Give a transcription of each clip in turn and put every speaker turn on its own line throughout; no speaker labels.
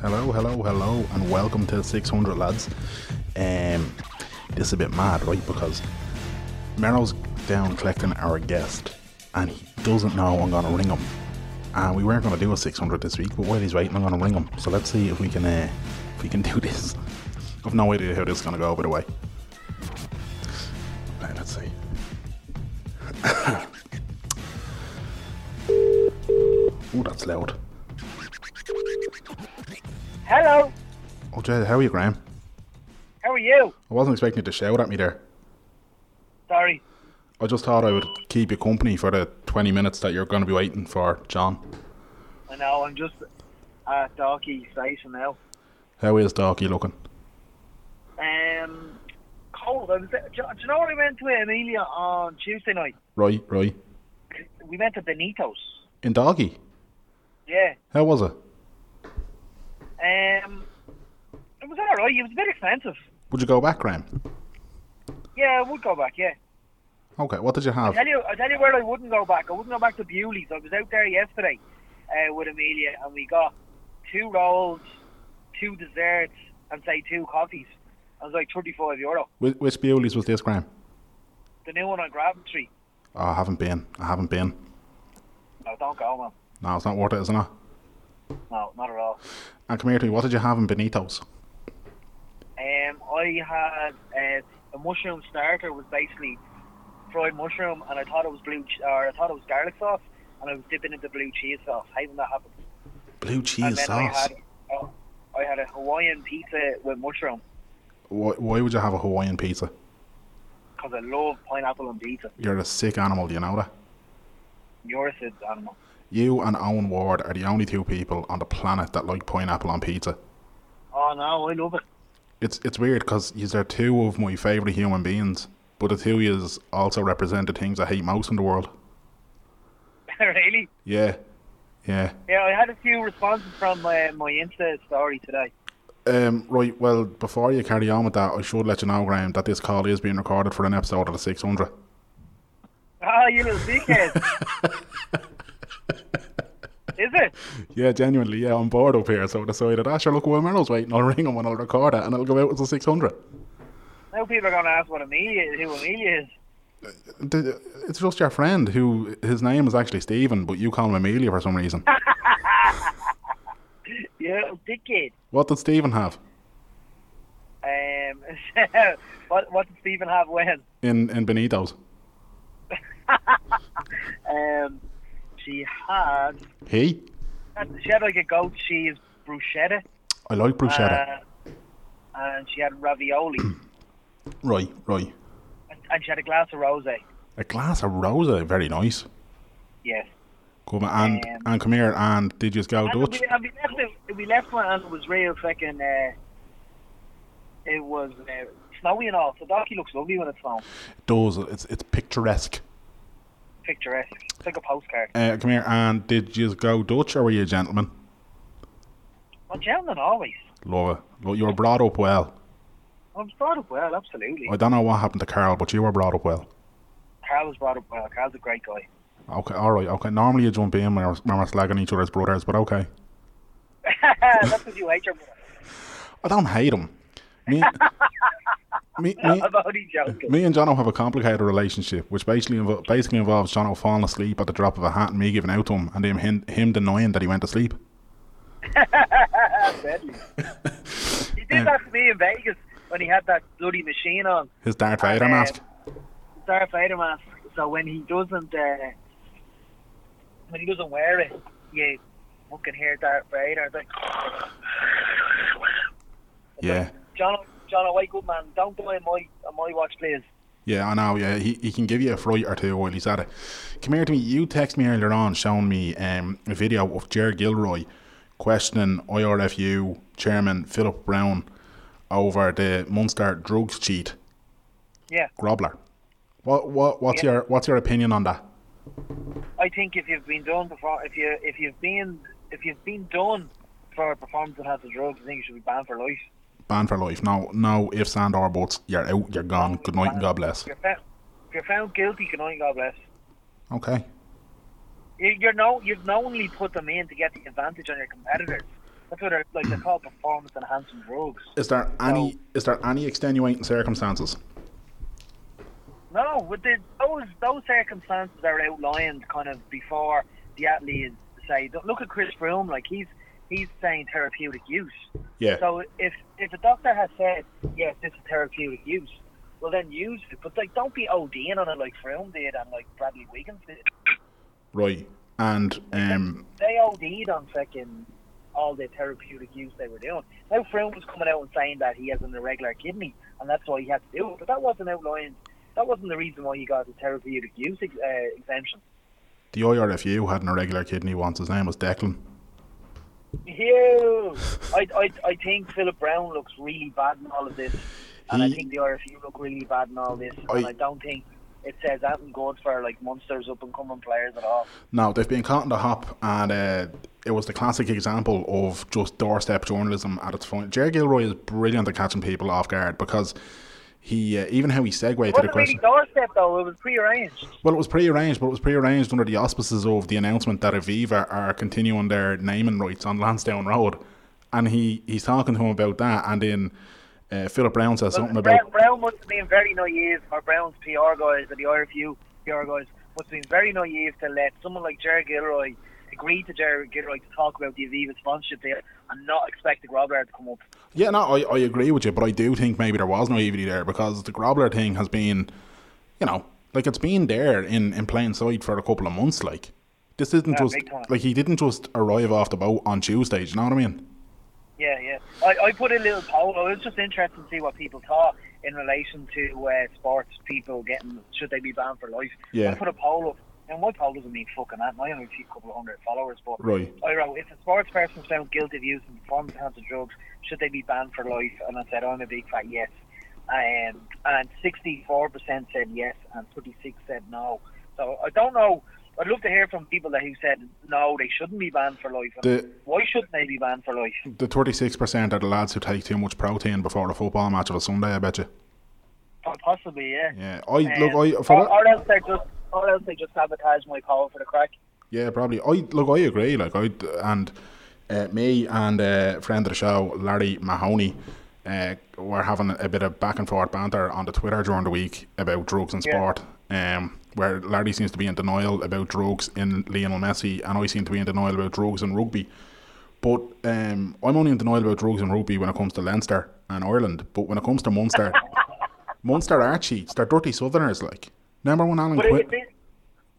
Hello, hello, hello, and welcome to 600 lads. Um, this is a bit mad, right? Because Mero's down collecting our guest, and he doesn't know I'm gonna ring him. And we weren't gonna do a 600 this week, but while he's waiting, I'm gonna ring him. So let's see if we can, uh, if we can do this. I've no idea how this is gonna go, by the way. Right, let's see. oh, that's loud.
Hello,
Oh, Jay, how are you, Graham?
how are you?
I wasn't expecting you to shout at me there.
Sorry.
I just thought I would keep you company for the 20 minutes that you're going to be waiting for, John.
I know, I'm just at Darky Station now.
How is Darky looking?
Um, cold. I was, do you know what I went to Amelia on Tuesday night?
Right, right.
We went to Benito's.
In Darky?
Yeah.
How was it?
Um, it was alright. It was a bit expensive.
Would you go back, Graham?
Yeah, I would go back, yeah.
Okay, what did you have?
Tell you, I tell you where I wouldn't go back. I wouldn't go back to Bewley's. I was out there yesterday uh, with Amelia, and we got two rolls, two desserts, and say two coffees. I was like thirty-five euro.
Which, which Bewley's was this, Graham?
The new one on Graven Street.
Oh, I haven't been. I haven't been.
No, don't go, man.
No, it's not worth it, isn't it?
No, not at all.
And come here to me, what did you have in Benito's?
Um, I had uh, a mushroom starter was basically fried mushroom, and I thought it was blue, ch- or I thought it was garlic sauce, and I was dipping into blue cheese sauce. How when that happen?
Blue
And
cheese
then I
sauce.
had, oh, I had a Hawaiian pizza with mushroom
Why, why would you have a Hawaiian pizza?
because I love pineapple on pizza.
You're a sick animal, do you know that?
You're a sick animal.
You and Owen Ward are the only two people on the planet that like pineapple on pizza.
Oh no, I love it.
It's it's weird because these are two of my favourite human beings, but the two is also represent the things I hate most in the world.
really?
Yeah, yeah.
Yeah, I had a few responses from my, my Insta story today.
Um, right. Well, before you carry on with that, I should let you know, Graham, that this call is being recorded for an episode of the six hundred.
Oh, you little dickhead. Is it?
Yeah, genuinely. Yeah, I'm bored up here, so I decided, ah, sure, look, Will Merrill's waiting. I'll ring him and I'll record it, and it'll go out as a six hundred.
Now people are going to ask what Amelia is, who Amelia is.
It's just your friend who his name is actually Stephen, but you call him Amelia for some reason.
You little dickhead.
what did Stephen have
Um, what, what did Stephen have when?
in in Benito's?
Um, she had,
He.
she had like a goat cheese bruschetta.
I like bruschetta.
Uh, and she had ravioli.
right, right.
and she had a glass of rosé.
A glass of rosé, very nice.
Yes.
Come and
Um,
and come here and did you just go
And
Dutch?
we, and we left it, we left one and it was real fucking, uh, it was uh, snowy and all. So Docky looks lovely when it's snow.
Does it's it's picturesque.
Picturesque. It's like a postcard.
Uh, come here and did you just go Dutch or were you a gentleman?
Well, gentlemen always.
Laura, look, you were brought up well.
I'm brought up well, absolutely.
I don't know what happened to Carl, but you were brought up well.
Carl was brought up well. Carl's a great guy.
Okay, all right, okay. Normally you jump in when we're, when we're slagging each other's brothers, but okay.
That's because you hate your brother.
I don't hate him. Me, me, me,
I'm only joking.
me and Jono have a complicated relationship, which basically invo- basically involves Jono falling asleep at the drop of a hat and me giving out to him, and him him, him denying that he went to sleep.
That's deadly. he did that to me in Vegas when he had that bloody machine on.
His Darth Vader
uh,
mask.
Darth Vader mask. So when he doesn't, uh, when he doesn't wear it, you fucking hear Darth Vader. It's like,
Yeah,
John, John, wake up, man. Don't die on my, on my watch, please.
yeah, I know. Yeah, he, he can give you a fright or two while he's at it. Come here to me. You text me earlier on showing me um, a video of Jer Gilroy questioning IRFU chairman Philip Brown over the Munster drugs cheat
Yeah.
grobbler. What what what's
Yeah.
your what's your opinion on that?
I think if you've been done before, if you if you've been if you've been done for a performance that has the drugs, I think you should be banned for life.
Banned for life. No no ifs and or buts. You're out. You're gone. Good night and God bless.
If you're found, if you're found guilty, good night, God bless.
Okay.
You- You're no, you've knowingly put them in to get the advantage on your competitors. That's what they're like. They're called performance enhancing drugs.
Is there any is there any extenuating circumstances?
No, but the, those those circumstances are outlined kind of before the athlete is say. Don't look at Chris Broom, like he's he's saying therapeutic use.
Yeah.
So if if a doctor has said yes, this is therapeutic use, well then use it. But like, don't be ODing on it like Froome did and like Bradley Wiggins did.
Right. And um,
They OD'd on fucking all the therapeutic use they were doing. Now Froome was coming out and saying that he has an irregular kidney and that's why he had to do it. But that wasn't outlined. That wasn't the reason why he got the therapeutic use ex- uh, exemption.
the IRFU had an irregular kidney once. His name was Declan.
Ew. I, I, I think Philip Brown looks really bad in all of this, and I
He-
think the RFU look really bad in all this, and
I-
I don't think it says anything good for like monsters up and coming players at all.
No, they've been caught in the hop, and uh, it was the classic example of just doorstep journalism at its finest. Jerry Gilroy is brilliant at catching people off guard because he uh, even how he segued
It
to the
wasn't
question.
really doorstep though; it was prearranged.
Well, it was pre-arranged, but it was pre-arranged under the auspices of the announcement that Aviva are continuing their naming rights on Lansdowne Road, and he, he's talking to him about that, and then uh, Philip Brown says something about
Brown, Brown must have been very naive, or Brown's PR guys, or the RFU PR guys must have been very naive to let someone like Jerry Gilroy agree to Jerry Gilroy to talk about the Aviva sponsorship deal and not expect the Grobler to come up.
yeah, no, I, I agree with you, but I do think maybe there was naivety there because the Grobler thing has been, you know, like it's been there in in plain sight for a couple of months. Like this isn't
Yeah,
just
big time.
like he didn't just arrive off the boat on Tuesday. Do you know what I mean?
Yeah, yeah. I, I put a little poll. I was just interested to see what people thought in relation to uh, sports people getting should they be banned for life.
Yeah.
I put a poll up, and my poll doesn't mean fucking that. I only see a couple of hundred followers, but
Right.
I wrote if a sports person is found guilty of using performance enhancing drugs, should they be banned for life? And I said I'm a big fat yes. Um, and 64% said yes, and 36 said no. So I don't know. I'd love to hear from people that who said no, they shouldn't be banned for life. And
The-
why shouldn't they be banned for life?
The thirty six percent are the lads who take too much protein before a football match of a Sunday. I bet you.
Po- Possibly, yeah.
Yeah, I
Um,
look. I for
or,
that-
or else they just, or else they just sabotage my call for the crack.
Yeah, probably. I look, I agree. Like I and uh, me and uh, friend of the show Larry Mahoney uh, were having a bit of back and forth banter on the Twitter during the week about drugs and
Yeah.
sport. Um, where Larry seems to be in denial about drugs in Lionel Messi, and I seem to be in denial about drugs in rugby. But um, I'm only in denial about drugs and rugby when it comes to Leinster and Ireland. But when it comes to Munster, Munster Archie, they're dirty Southerners. Like remember when Alan
But
Quinn?
it, it,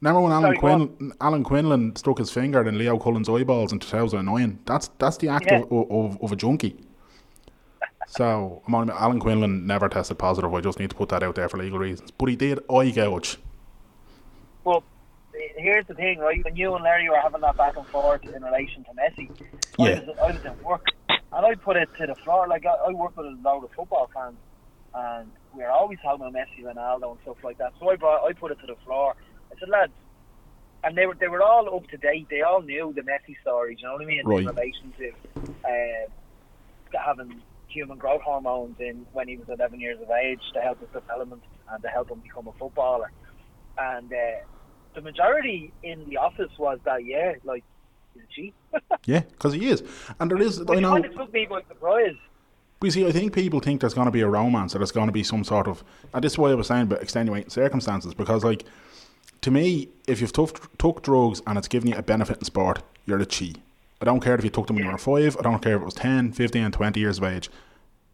Remember when Alan,
Sorry, go on.
Quin- Alan Quinlan stuck his finger in Leo Cullen's eyeballs in 2009? That's that's the act
Yeah.
of, of, of a junkie. So, I'm on- Alan Quinlan never tested positive. I just need to put that out there for legal reasons. But he did eye gouge.
well, here's the thing, right? When you and Larry were having that back and forth in relation to Messi,
Yeah.
I, was, I was at work and I put it to the floor. Like I, I work with a lot of football fans, and we are always talking about Messi, Ronaldo, and stuff like that. So I brought, I put it to the floor. I said, lads. And they were they were all up to date. They all knew the Messi story. Do you know what I mean?
Right.
In relation to uh, having human growth hormones in when he was 11 years of age to help his development and to help him become a footballer. And uh, the majority in the office was that, yeah, like, is she?
Yeah, because he is. And there is, I
Which
know,
kind of took me by surprise.
we see, I think people think there's going to be a romance, that there's going to be some sort of, and this is why I was saying about extenuating circumstances, because, like, to me, if you've took, took drugs and it's given you a benefit in sport, you're a chi. I don't care if you took them when you were five. I don't care if it was 10, 15, 20 years of age.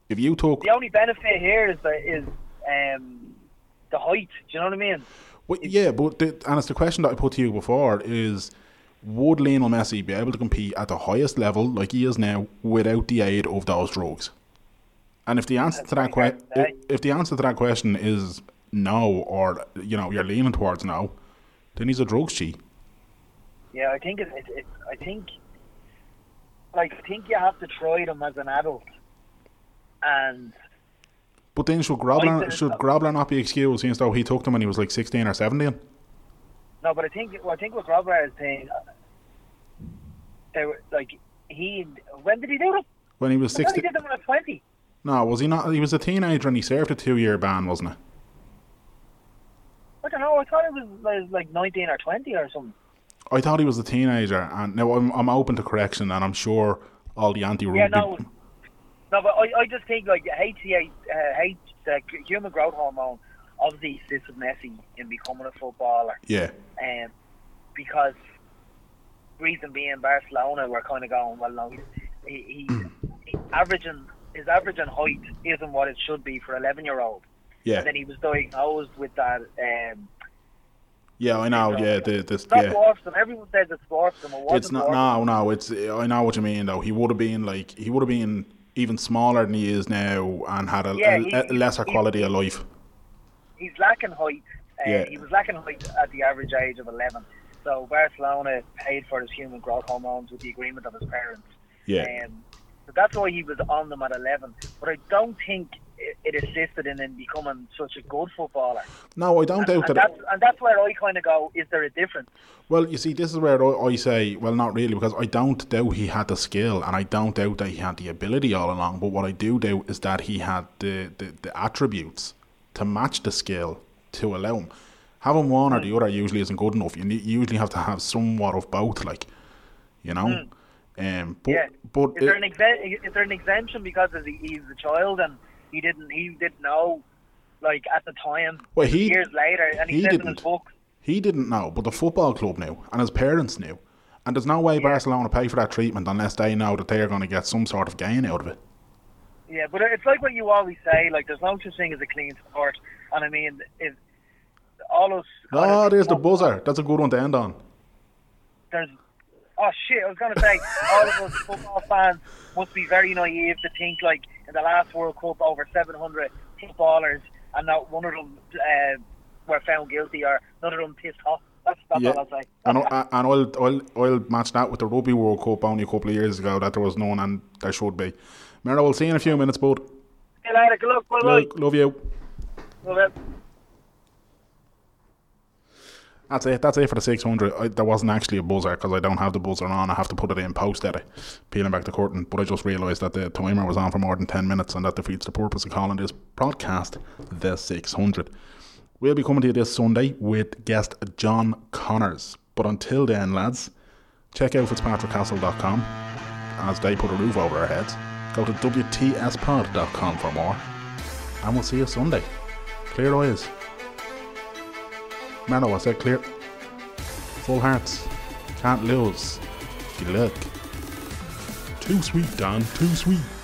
If you took,
The only benefit here is the, is um, the height. Do you know what I mean?
well, yeah, but the, and it's the question that I put to you before is, would Lionel Messi be able to compete at the highest level like he is now without the aid of those drugs? And if the answer to that
That's eh? very
question,
hard to say.
if the answer to that question is no, or you know you're leaning towards no, then he's a drugs chi.
Yeah, I think it, it, it, I think like I think you have to try them as an adult, and
But then should
I
Grobler
think-
should Grobler not be excused since though he took them when he was like sixteen or seventeen?
No, but I think well, I think what Rob is saying, uh, they were like he. When did he do it?
When he was
I thought he
sixteen?
did them when I was twenty.
No, was he not? He was a teenager and he served a two-year ban, wasn't it?
I don't know. I thought it was like, like nineteen or twenty or something.
I thought he was a teenager, and now I'm I'm open to correction, and I'm sure all the anti rugby.
Yeah, no, no, but I, I just think like HCA, uh, H, the human growth hormone, obviously sits with Messi in becoming a footballer,
yeah,
and um, because reason being Barcelona were kind of going well, no, he's, he, he's he, averaging his average and height isn't what it should be for eleven year old.
yeah,
And then he was diagnosed with that. Um,
yeah. I know. Yeah, the, the,
it's not
yeah.
dwarfism. Everyone says it's dwarfism. It
It's not. No, no. It's. I know what you mean though. He would have been like. He would have been even smaller than he is now, and had a,
Yeah,
a-
he-
a lesser
he-
quality of life.
he's lacking height. Uh,
Yeah.
He was lacking height at the average age of 11. So Barcelona paid for his human growth hormones with the agreement of his parents.
Yeah.
Um, so that's why he was on them at 11. But I don't think it, it assisted in him becoming such a good footballer.
No, I don't doubt
And
that.
that's, and that's where I kind of go, is there a difference?
Well, you see, this is where I, I say, well, not really, because I don't doubt he had the skill and I don't doubt that he had the ability all along. But what I do doubt is that he had the, the, the attributes to match the skill to allow him. Having one or the other usually isn't good enough. You, ne- you usually have to have somewhat of both, like, you know? Um, but,
Hmm. Yeah.
but
Is there,
it-
an exe- is there an exemption because of the, he's a child and he didn't he didn't know, like, at the time,
Well, he-
years later, and he,
he
says in
didn't.
his book,
He didn't know, but the football club knew, and his parents knew. And there's no way Barcelona pay for that treatment unless they know that they are going to get some sort of gain out of it.
Yeah, but it's like what you always say. Like, there's no such thing as a clean sport, and I mean, if all us.
Oh, there's the buzzer. That's a good one to end on.
There's, oh shit! I was gonna say all of us football fans must be very naive to think like in the last World Cup over 700 footballers, and not one of them uh, were found guilty or none of them pissed off. That's, that's all I'll say.
And, I- and I'll, I'll, I'll match that with the Rugby World Cup only a couple of years ago that there was none and there should be. Mero, we'll see you in a few minutes, bud.
See you later. Good luck. Bye bye.
Look, love you.
Love it.
That's it. That's it for the 600. I, there wasn't actually a buzzer because I don't have the buzzer on. I have to put it in post edit, peeling back the curtain. But I just realised that the timer was on for more than 10 minutes and that defeats the purpose of calling this broadcast the 600. We'll be coming to you this Sunday with guest John Connors. But until then, lads, check out fitzpatrickcastle.com as they put a roof over our heads. Go to WTSpod.com for more. And we'll see you Sunday. Clear eyes. Mano, I said clear. Full hearts. Can't lose. Good luck. Too sweet, Don. Too sweet.